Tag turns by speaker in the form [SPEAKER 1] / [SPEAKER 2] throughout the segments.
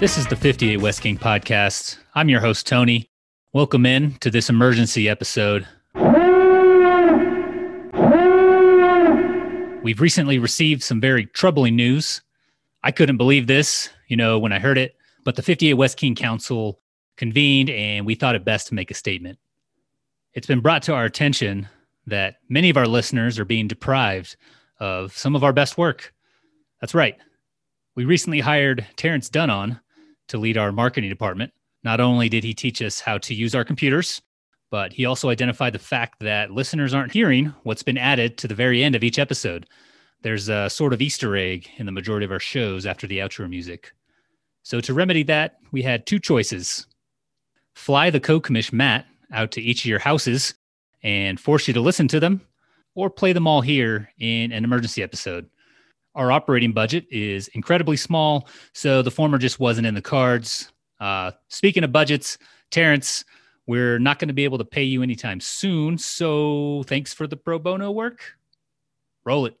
[SPEAKER 1] This is the 58 West King podcast. I'm your host, Tony. Welcome in to this emergency episode. We've recently received some very troubling news. I couldn't believe this, you know, when I heard it, but the 58 West King Council convened and we thought it best to make a statement. It's been brought to our attention that many of our listeners are being deprived of some of our best work. That's right. We recently hired Terrence Dunnon to lead our marketing department. Not only did he teach us how to use our computers, but he also identified the fact that listeners aren't hearing what's been added to the very end of each episode. There's a sort of Easter egg in the majority of our shows after the outro music. So, to remedy that, we had two choices fly the co commish Matt out to each of your houses and force you to listen to them, or play them all here in an emergency episode our operating budget is incredibly small, so the former just wasn't in the cards. Uh, speaking of budgets, Terrence, we're not going to be able to pay you anytime soon, so thanks for the pro bono work. Roll it.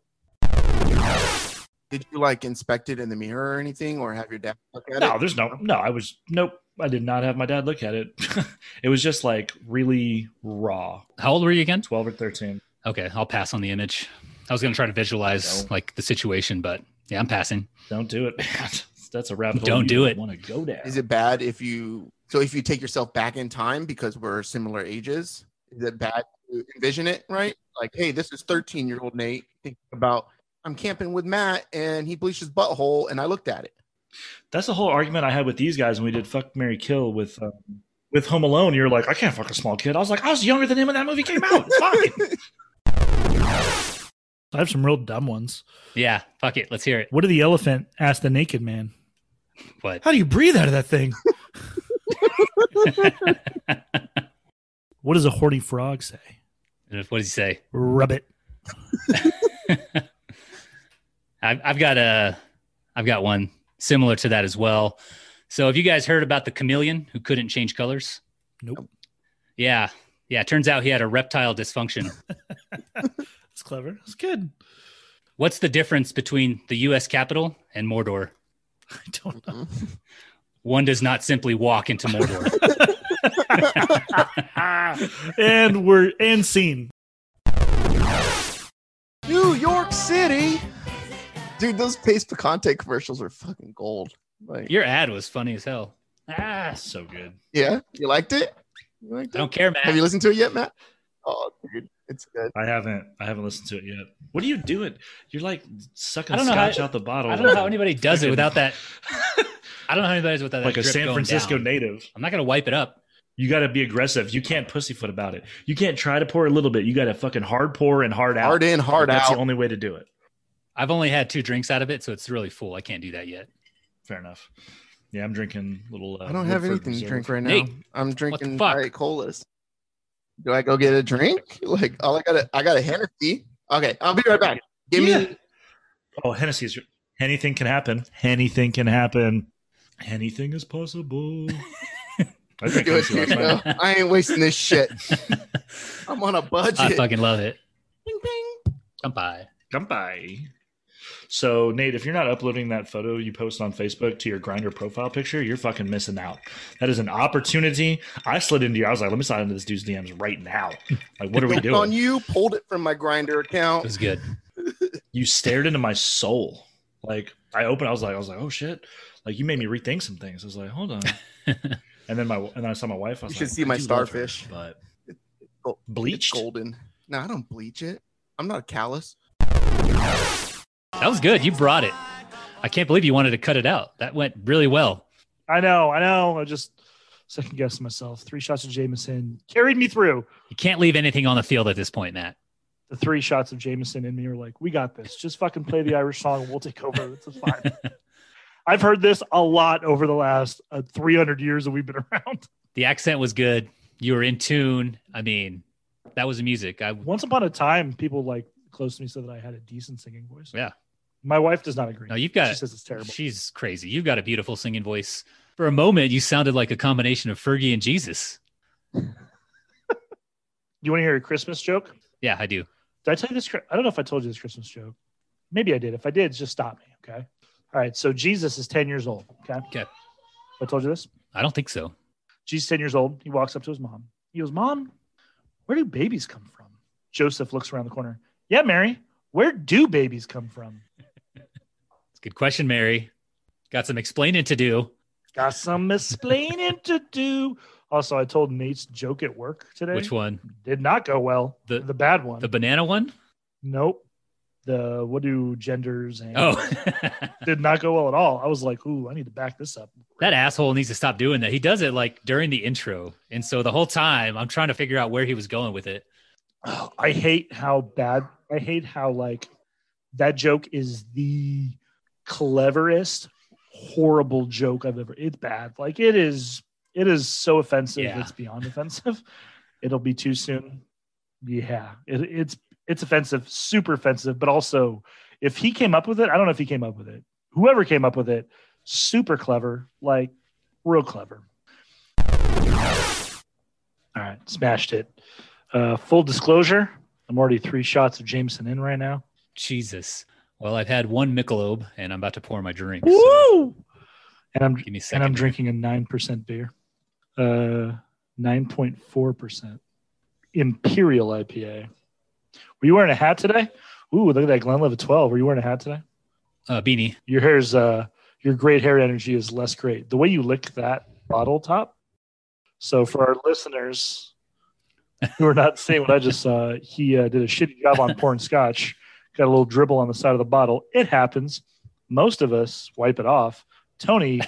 [SPEAKER 2] Did you like inspect it in the mirror or anything, or have your dad look at
[SPEAKER 3] No,
[SPEAKER 2] it?
[SPEAKER 3] there's no no. I was nope. I did not have my dad look at it. it was just like really raw.
[SPEAKER 1] How old were you again?
[SPEAKER 3] Twelve or thirteen.
[SPEAKER 1] Okay, I'll pass on the image. I was going to try to visualize
[SPEAKER 3] Don't.
[SPEAKER 1] like the situation, but yeah, I'm passing.
[SPEAKER 3] Don't do it, man. That's a rabbit hole.
[SPEAKER 1] Don't
[SPEAKER 3] you
[SPEAKER 1] do it.
[SPEAKER 3] Want to go down?
[SPEAKER 2] Is it bad if you? So if you take yourself back in time because we're similar ages, is it bad to envision it? Right? Like, hey, this is 13 year old Nate thinking about I'm camping with Matt and he bleached his butthole and I looked at it.
[SPEAKER 3] That's the whole argument I had with these guys when we did "Fuck Mary Kill" with um, with Home Alone. You're like, I can't fuck a small kid. I was like, I was younger than him when that movie came out. It's fine.
[SPEAKER 4] I have some real dumb ones.
[SPEAKER 1] Yeah, fuck it. Let's hear it.
[SPEAKER 4] What did the elephant ask the naked man?
[SPEAKER 1] What?
[SPEAKER 4] How do you breathe out of that thing? what does a horny frog say?
[SPEAKER 1] what does he say?
[SPEAKER 4] Rub it.
[SPEAKER 1] I've, I've got a, I've got one similar to that as well. So, have you guys heard about the chameleon who couldn't change colors?
[SPEAKER 4] Nope.
[SPEAKER 1] Yeah, yeah. Turns out he had a reptile dysfunction.
[SPEAKER 4] That's clever. That's good.
[SPEAKER 1] What's the difference between the U.S. Capitol and Mordor?
[SPEAKER 4] I don't
[SPEAKER 3] Mm-hmm.
[SPEAKER 4] know.
[SPEAKER 1] One does not simply walk into Mordor.
[SPEAKER 3] Ah.
[SPEAKER 4] and we're and scene.
[SPEAKER 2] New York City, dude. Those Pace Picante commercials are fucking gold. Like,
[SPEAKER 1] Your ad was funny as hell.
[SPEAKER 3] ah, so good.
[SPEAKER 2] yeah, you liked it. You liked
[SPEAKER 1] I
[SPEAKER 2] it?
[SPEAKER 1] don't care,
[SPEAKER 2] Have you
[SPEAKER 1] man.
[SPEAKER 2] listened to it yet, Matt? Oh, dude, it's good.
[SPEAKER 3] I haven't. I haven't listened to it yet. What are you doing? You're like sucking
[SPEAKER 1] I don't know how-
[SPEAKER 3] scotch out the bottle.
[SPEAKER 1] I don't know how anybody does it
[SPEAKER 3] Freaking-
[SPEAKER 1] without that. I don't know how anybody does it without that.
[SPEAKER 3] like a
[SPEAKER 1] drip
[SPEAKER 3] San
[SPEAKER 1] going
[SPEAKER 3] Francisco
[SPEAKER 1] down.
[SPEAKER 3] native.
[SPEAKER 1] I'm not gonna wipe it up.
[SPEAKER 3] You got to be aggressive. You can't pussyfoot about it. You can't try to pour a little bit. You got to fucking hard pour and hard out.
[SPEAKER 2] Hard in, hard
[SPEAKER 3] That's
[SPEAKER 2] out.
[SPEAKER 3] the only way to do it.
[SPEAKER 1] I've only had two drinks out of it, so it's really full. I can't do that yet.
[SPEAKER 3] Fair enough. Yeah, I'm drinking little. Uh,
[SPEAKER 2] I don't have
[SPEAKER 3] Woodford
[SPEAKER 2] anything to
[SPEAKER 3] Reserve.
[SPEAKER 2] drink right now.
[SPEAKER 1] Nate,
[SPEAKER 2] I'm drinking
[SPEAKER 1] fuck?
[SPEAKER 2] diet colas. Do I go get a drink? Like all I got, a, I got a Hennessy. Okay, I'll be right back. Give me.
[SPEAKER 3] Yeah. Oh, Hennessy's. Anything can happen. Anything can happen. Anything is possible. I drank
[SPEAKER 2] Do it,
[SPEAKER 3] Hennessy
[SPEAKER 2] dude.
[SPEAKER 3] last night.
[SPEAKER 2] No, I ain't wasting this shit. I'm on a
[SPEAKER 1] I
[SPEAKER 2] budget.
[SPEAKER 1] fucking love it.
[SPEAKER 2] Bing, bing.
[SPEAKER 1] Come by.
[SPEAKER 3] Come by. So Nate, if you're not uploading that photo you post on Facebook to your grinder profile picture, you're fucking missing out. That is an opportunity. I slid into your. I was like, let me slide into this dude's DMs right now. Like, what are we
[SPEAKER 2] Dumped On
[SPEAKER 3] doing?
[SPEAKER 2] you, pulled it from my grinder
[SPEAKER 1] It
[SPEAKER 2] account.
[SPEAKER 1] was good.
[SPEAKER 3] You stared into my soul. Like, I opened. I was like, I was like, oh shit. Like, you made me rethink some things. I was like, hold on. and then my and then I saw my wife. I was
[SPEAKER 2] You should
[SPEAKER 3] like,
[SPEAKER 2] see
[SPEAKER 3] I
[SPEAKER 2] my
[SPEAKER 3] do love her,
[SPEAKER 2] starfish.
[SPEAKER 3] but
[SPEAKER 2] gold- It's
[SPEAKER 3] bleached.
[SPEAKER 2] golden. No, I don't bleach it. I'm not a callus.
[SPEAKER 1] That was good. You brought it. I can't believe you wanted to cut it out. That went really well.
[SPEAKER 4] I know, I know. I just second guessed myself. Three shots of Jameson carried me through.
[SPEAKER 1] You can't leave anything on the field at this point, Matt.
[SPEAKER 4] The three shots of Jameson in me were like, we got this. Just fucking play the Irish song. We'll take over. This is fine. I've heard this a lot over the last uh, 300 years that we've been around.
[SPEAKER 1] The accent was good. You were in tune. I mean, that was the music. I
[SPEAKER 4] Once upon a time, people like close to me said that I had a decent singing voice.
[SPEAKER 1] Yeah.
[SPEAKER 4] My wife does not agree.
[SPEAKER 1] no, you've got
[SPEAKER 4] she says it's terrible.
[SPEAKER 1] She's crazy. You've got a beautiful singing voice. For a moment, you sounded like a combination of Fergie and Jesus.
[SPEAKER 4] You want to hear a Christmas joke?
[SPEAKER 1] Yeah, I do.
[SPEAKER 4] Did I tell you this? I don't know if I told you this Christmas joke. Maybe I did. If I did, just stop me. Okay. All right. So Jesus is 10 years old. Okay.
[SPEAKER 1] Okay.
[SPEAKER 4] I told you this.
[SPEAKER 1] I don't think so.
[SPEAKER 4] She's 10 years old. He walks up to his mom. He goes, Mom, where do babies come from? Joseph looks around the corner. Yeah, Mary, where do babies come from?
[SPEAKER 1] It's a good question, Mary. Got some explaining to do.
[SPEAKER 4] Got some explaining to do. Also, I told Nate's joke at work today.
[SPEAKER 1] Which one?
[SPEAKER 4] Did not go well.
[SPEAKER 1] The-
[SPEAKER 4] The, bad one.
[SPEAKER 1] The banana one?
[SPEAKER 4] nope. The what do genders and
[SPEAKER 1] Oh,
[SPEAKER 4] did not go well at all. I was like, ooh, I need to back this up.
[SPEAKER 1] that asshole needs to stop doing that. He does it like during the intro. And so the whole time I'm trying to figure out where he was going with it.
[SPEAKER 4] Oh, I hate how bad. I hate how like that joke is the cleverest, horrible joke I've ever. It's bad. Like it is. It is so offensive.
[SPEAKER 1] Yeah.
[SPEAKER 4] It's beyond offensive. It'll be too soon. Yeah, it, it's it's offensive, super offensive. But also, if he came up with it, I don't know if he came up with it. Whoever came up with it, super clever. Like real clever. All right, smashed it. Uh, full disclosure, I'm already three shots of Jameson in right now.
[SPEAKER 1] Jesus. Well, I've had one Michelob and I'm about to pour my drink. so
[SPEAKER 4] Woo! And I'm
[SPEAKER 1] give me a second.
[SPEAKER 4] and I'm drinking a nine percent beer, uh, nine point four percent Imperial IPA. Were you wearing a hat today? Ooh, look at that Glenlivet 12. Were you wearing a hat today?
[SPEAKER 1] uh, beanie.
[SPEAKER 4] Your hair's uh, your great hair energy is less great. The way you lick that bottle top. So for our listeners who are not seeing what I just saw, he uh, did a shitty job on pouring scotch. Got a little dribble on the side of the bottle. It happens. Most of us wipe it off. Tony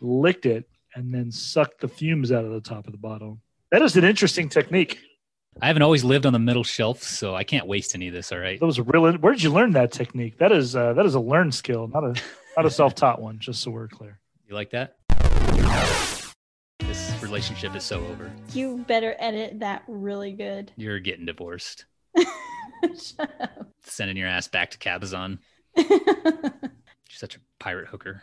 [SPEAKER 4] licked it and then sucked the fumes out of the top of the bottle. That is an interesting technique.
[SPEAKER 1] I haven't always lived on the middle shelf, so I can't waste any of this. All right.
[SPEAKER 4] That was a real. Where did you learn that technique? That is uh, that is a learned skill, not a not a self taught one. Just so we're clear.
[SPEAKER 1] You like that? This relationship is so over.
[SPEAKER 5] You better edit that really good.
[SPEAKER 1] You're getting divorced.
[SPEAKER 5] Shut up.
[SPEAKER 1] Sending your ass back to Cabazon. She's such a pirate hooker.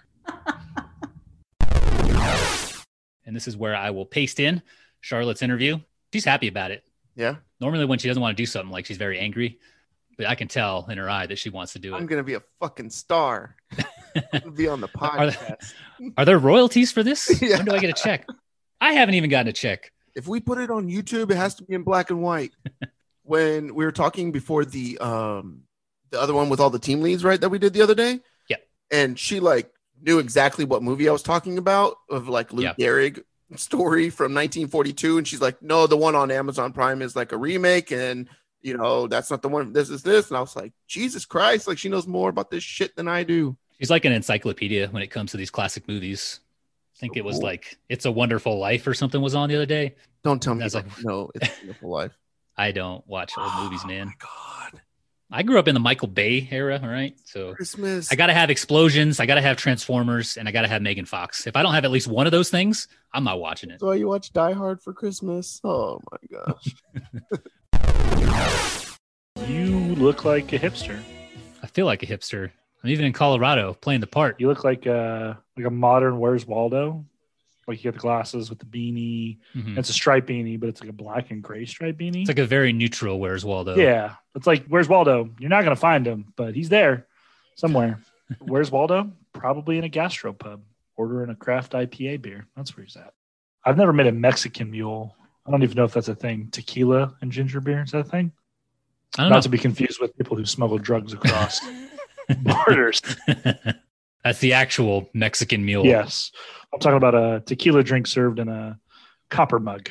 [SPEAKER 1] and this is where I will paste in Charlotte's interview. She's happy about it.
[SPEAKER 2] Yeah.
[SPEAKER 1] Normally, when she doesn't want to do something, like she's very angry, but I can tell in her eye that she wants to do
[SPEAKER 2] I'm
[SPEAKER 1] it.
[SPEAKER 2] gonna be a fucking star. I'm gonna be on the
[SPEAKER 1] Are-
[SPEAKER 2] podcast.
[SPEAKER 1] Are there royalties for this?
[SPEAKER 2] Yeah.
[SPEAKER 1] When do I get a check? I haven't even gotten a check.
[SPEAKER 2] If we put it on YouTube, it has to be in black and white. when we were talking before the um the other one with all the team leads, right, that we did the other day.
[SPEAKER 1] Yeah.
[SPEAKER 2] And she like knew exactly what movie I was talking about of like Luke Gehrig story from 1942, and she's like, "No, the one on Amazon Prime is like a remake, and you know that's not the one. This is this." And I was like, "Jesus Christ!" Like she knows more about this shit than I do.
[SPEAKER 1] She's like an encyclopedia when it comes to these classic movies. I think it was
[SPEAKER 2] Cool.
[SPEAKER 1] like It's a Wonderful Life or something was on the other day.
[SPEAKER 2] Don't tell me.
[SPEAKER 1] That's
[SPEAKER 2] That's
[SPEAKER 1] like-
[SPEAKER 2] like, no, it's a beautiful life.
[SPEAKER 1] I don't watch old movies, man.
[SPEAKER 2] Oh my God,
[SPEAKER 1] I grew up in the Michael Bay era, all right? So
[SPEAKER 2] Christmas.
[SPEAKER 1] I got to have explosions, I got to have Transformers, and I got to have Megan Fox. If I don't have at least one of those things, I'm not watching it.
[SPEAKER 2] That's why you watch Die Hard for Christmas. Oh my gosh.
[SPEAKER 4] You look like a hipster.
[SPEAKER 1] I feel like a hipster. I'm even in Colorado playing the part.
[SPEAKER 4] You look like a like a modern Where's Waldo. Like you got the glasses with the beanie.
[SPEAKER 1] Mhm.
[SPEAKER 4] It's a striped beanie, but it's like a black and gray striped beanie.
[SPEAKER 1] It's like a very neutral Where's Waldo.
[SPEAKER 4] yeah, it's like Where's Waldo? You're not gonna find him, but he's there somewhere. Where's Waldo? Probably in a gastropub, ordering a craft IPA beer. That's where he's at. I've never made a Mexican mule. I don't even know if that's a thing. Tequila and ginger beer is that a thing?
[SPEAKER 1] I
[SPEAKER 4] Not
[SPEAKER 1] don't know.
[SPEAKER 4] to be confused with people who smuggle drugs across borders.
[SPEAKER 1] That's the actual Mexican mule.
[SPEAKER 4] Yes. I'm talking about a tequila drink served in a copper mug.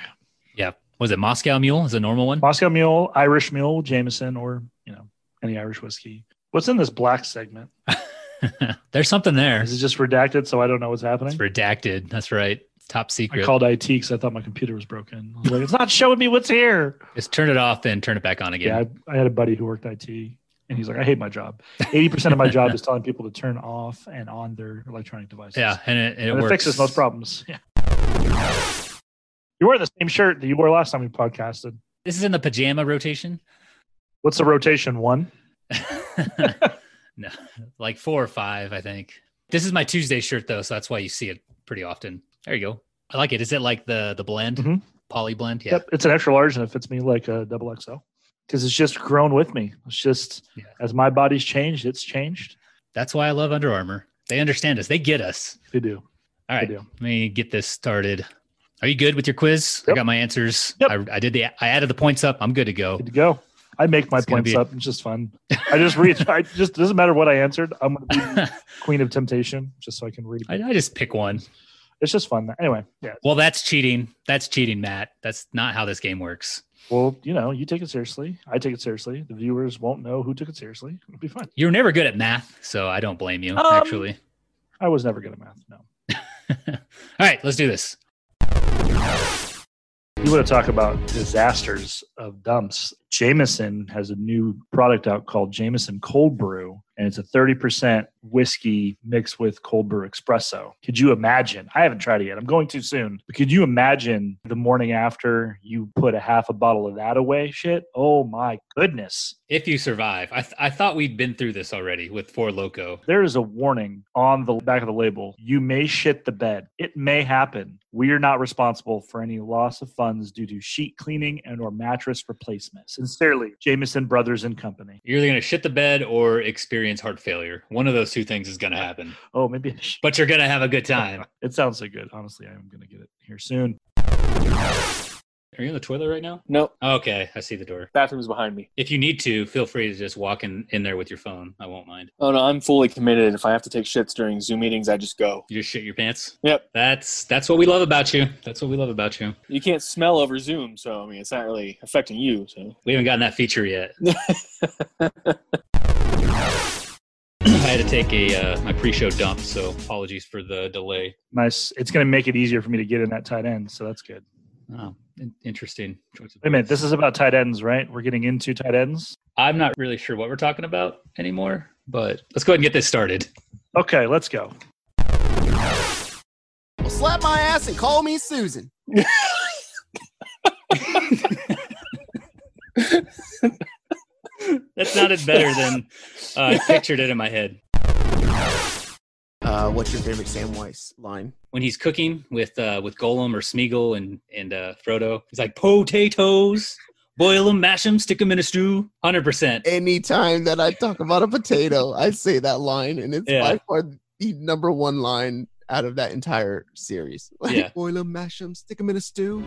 [SPEAKER 1] Was it Moscow mule? Is it a normal one?
[SPEAKER 4] Moscow Mule, Irish Mule, Jameson, or, you know, any Irish whiskey. What's in this black segment?
[SPEAKER 1] There's something there.
[SPEAKER 4] Is it just redacted so I don't know what's
[SPEAKER 1] It's
[SPEAKER 4] happening?
[SPEAKER 1] redacted. That's right. It's top
[SPEAKER 4] I
[SPEAKER 1] secret.
[SPEAKER 4] called IT because I thought my computer was broken. I was like, it's not showing me what's here.
[SPEAKER 1] Just turn it off and turn it back on again.
[SPEAKER 4] Yeah, I, I had a buddy who worked IT and he's like, I hate my job. 80% of my job is telling people to turn off and on their electronic devices.
[SPEAKER 1] Yeah, and it, and it
[SPEAKER 4] And it,
[SPEAKER 1] works.
[SPEAKER 4] fixes most problems. Yeah. You wear the same shirt that you wore last time we podcasted.
[SPEAKER 1] This is in the pajama rotation.
[SPEAKER 4] What's the rotation one?
[SPEAKER 1] no, like four or five, I think. This is my Tuesday shirt though, so that's why you see it pretty often. There you go. I like it. Is it like the the blend,
[SPEAKER 4] Mhm.
[SPEAKER 1] poly blend? Yeah,
[SPEAKER 4] Yep, it's an extra large and it fits me like a double XL because it's just grown with me. It's just
[SPEAKER 1] Yeah.
[SPEAKER 4] as my body's changed, it's changed.
[SPEAKER 1] that's why I love Under Armour. They understand us. They get us.
[SPEAKER 4] They do.
[SPEAKER 1] All right.
[SPEAKER 4] Good deal.
[SPEAKER 1] Let me get this started. Are you good with your quiz? I
[SPEAKER 4] Yep.
[SPEAKER 1] got my answers.
[SPEAKER 4] Yep.
[SPEAKER 1] I, I did the I added the points up. I'm good to go.
[SPEAKER 4] Good to go. I make my
[SPEAKER 1] It's gonna
[SPEAKER 4] points
[SPEAKER 1] be-
[SPEAKER 4] up. It's just fun. I just read. I just doesn't matter what I answered. I'm going to be
[SPEAKER 1] I,
[SPEAKER 4] queen of temptation just so I can read.
[SPEAKER 1] I just pick one.
[SPEAKER 4] It's just fun. Anyway, yeah.
[SPEAKER 1] Well, that's cheating. That's cheating, Matt. That's not how this game works.
[SPEAKER 4] Well, you know, you take it seriously. I take it seriously. The viewers won't know who took it seriously. It'll be fun.
[SPEAKER 1] You're never good at math, so I don't blame you.
[SPEAKER 4] Um,
[SPEAKER 1] actually.
[SPEAKER 4] I was never good at math. No.
[SPEAKER 1] All right, let's do this.
[SPEAKER 4] You want to talk about disasters of dumps. Jameson has a new product out called Jameson Cold Brew, and it's a 30% whiskey mixed with cold brew espresso. Could you imagine? I haven't tried it yet. I'm going too soon. But could you imagine the morning after you put a half a bottle of that away? Shit. Oh my goodness.
[SPEAKER 1] If you survive, I, th- I thought we'd been through this already with Four Loco.
[SPEAKER 4] There is a warning on the back of the label. You may shit the bed. It may happen. We are not responsible for any loss of funds due to sheet cleaning and or mattress replacement. Sincerely, Jameson Brothers and Company.
[SPEAKER 1] You're either going to shit the bed or experience heart failure. One of those two things is going to happen,
[SPEAKER 4] Oh, maybe I should.
[SPEAKER 1] but you're going to have a good time.
[SPEAKER 4] It sounds so good. Honestly, I am going to get it here soon.
[SPEAKER 1] Are you in the toilet right now?
[SPEAKER 6] Nope.
[SPEAKER 1] Okay, I see the door.
[SPEAKER 6] Bathroom's behind me.
[SPEAKER 1] If you need to, feel free to just walk in, in there with your phone. I won't mind.
[SPEAKER 6] Oh no, I'm fully committed. If I have to take shits during Zoom meetings, I just go.
[SPEAKER 1] You just shit your pants.
[SPEAKER 6] Yep.
[SPEAKER 1] That's that's what we love about you. That's what we love about you.
[SPEAKER 6] You can't smell over Zoom, so I mean it's not really affecting you. So
[SPEAKER 1] We haven't gotten that feature yet. I had to take a uh, my pre-show dump, so apologies for the delay.
[SPEAKER 4] Nice. It's going to make it easier for me to get in that tight end, so that's good.
[SPEAKER 1] Oh, in- interesting. choice of
[SPEAKER 4] Wait a minute.
[SPEAKER 1] words.
[SPEAKER 4] This is about tight ends, right? We're getting into tight ends.
[SPEAKER 1] I'm not really sure what we're talking about anymore, but let's go ahead and get this started.
[SPEAKER 4] Okay, let's go.
[SPEAKER 2] Well, slap my ass and call me Susan.
[SPEAKER 1] That sounded better than uh, I pictured it in my head.
[SPEAKER 2] Uh, what's your favorite Sam Weiss line?
[SPEAKER 1] When he's cooking with uh, with Golem or Smeagol and and uh, Frodo, he's like potatoes, boil them, mash them, stick them in a stew. Hundred percent.
[SPEAKER 2] Anytime that I talk about a potato, I say that line, and it's
[SPEAKER 1] Yeah.
[SPEAKER 2] by far the number one line out of that entire series. Like,
[SPEAKER 1] Yeah.
[SPEAKER 2] boil 'em, mash 'em, stick 'em in a stew.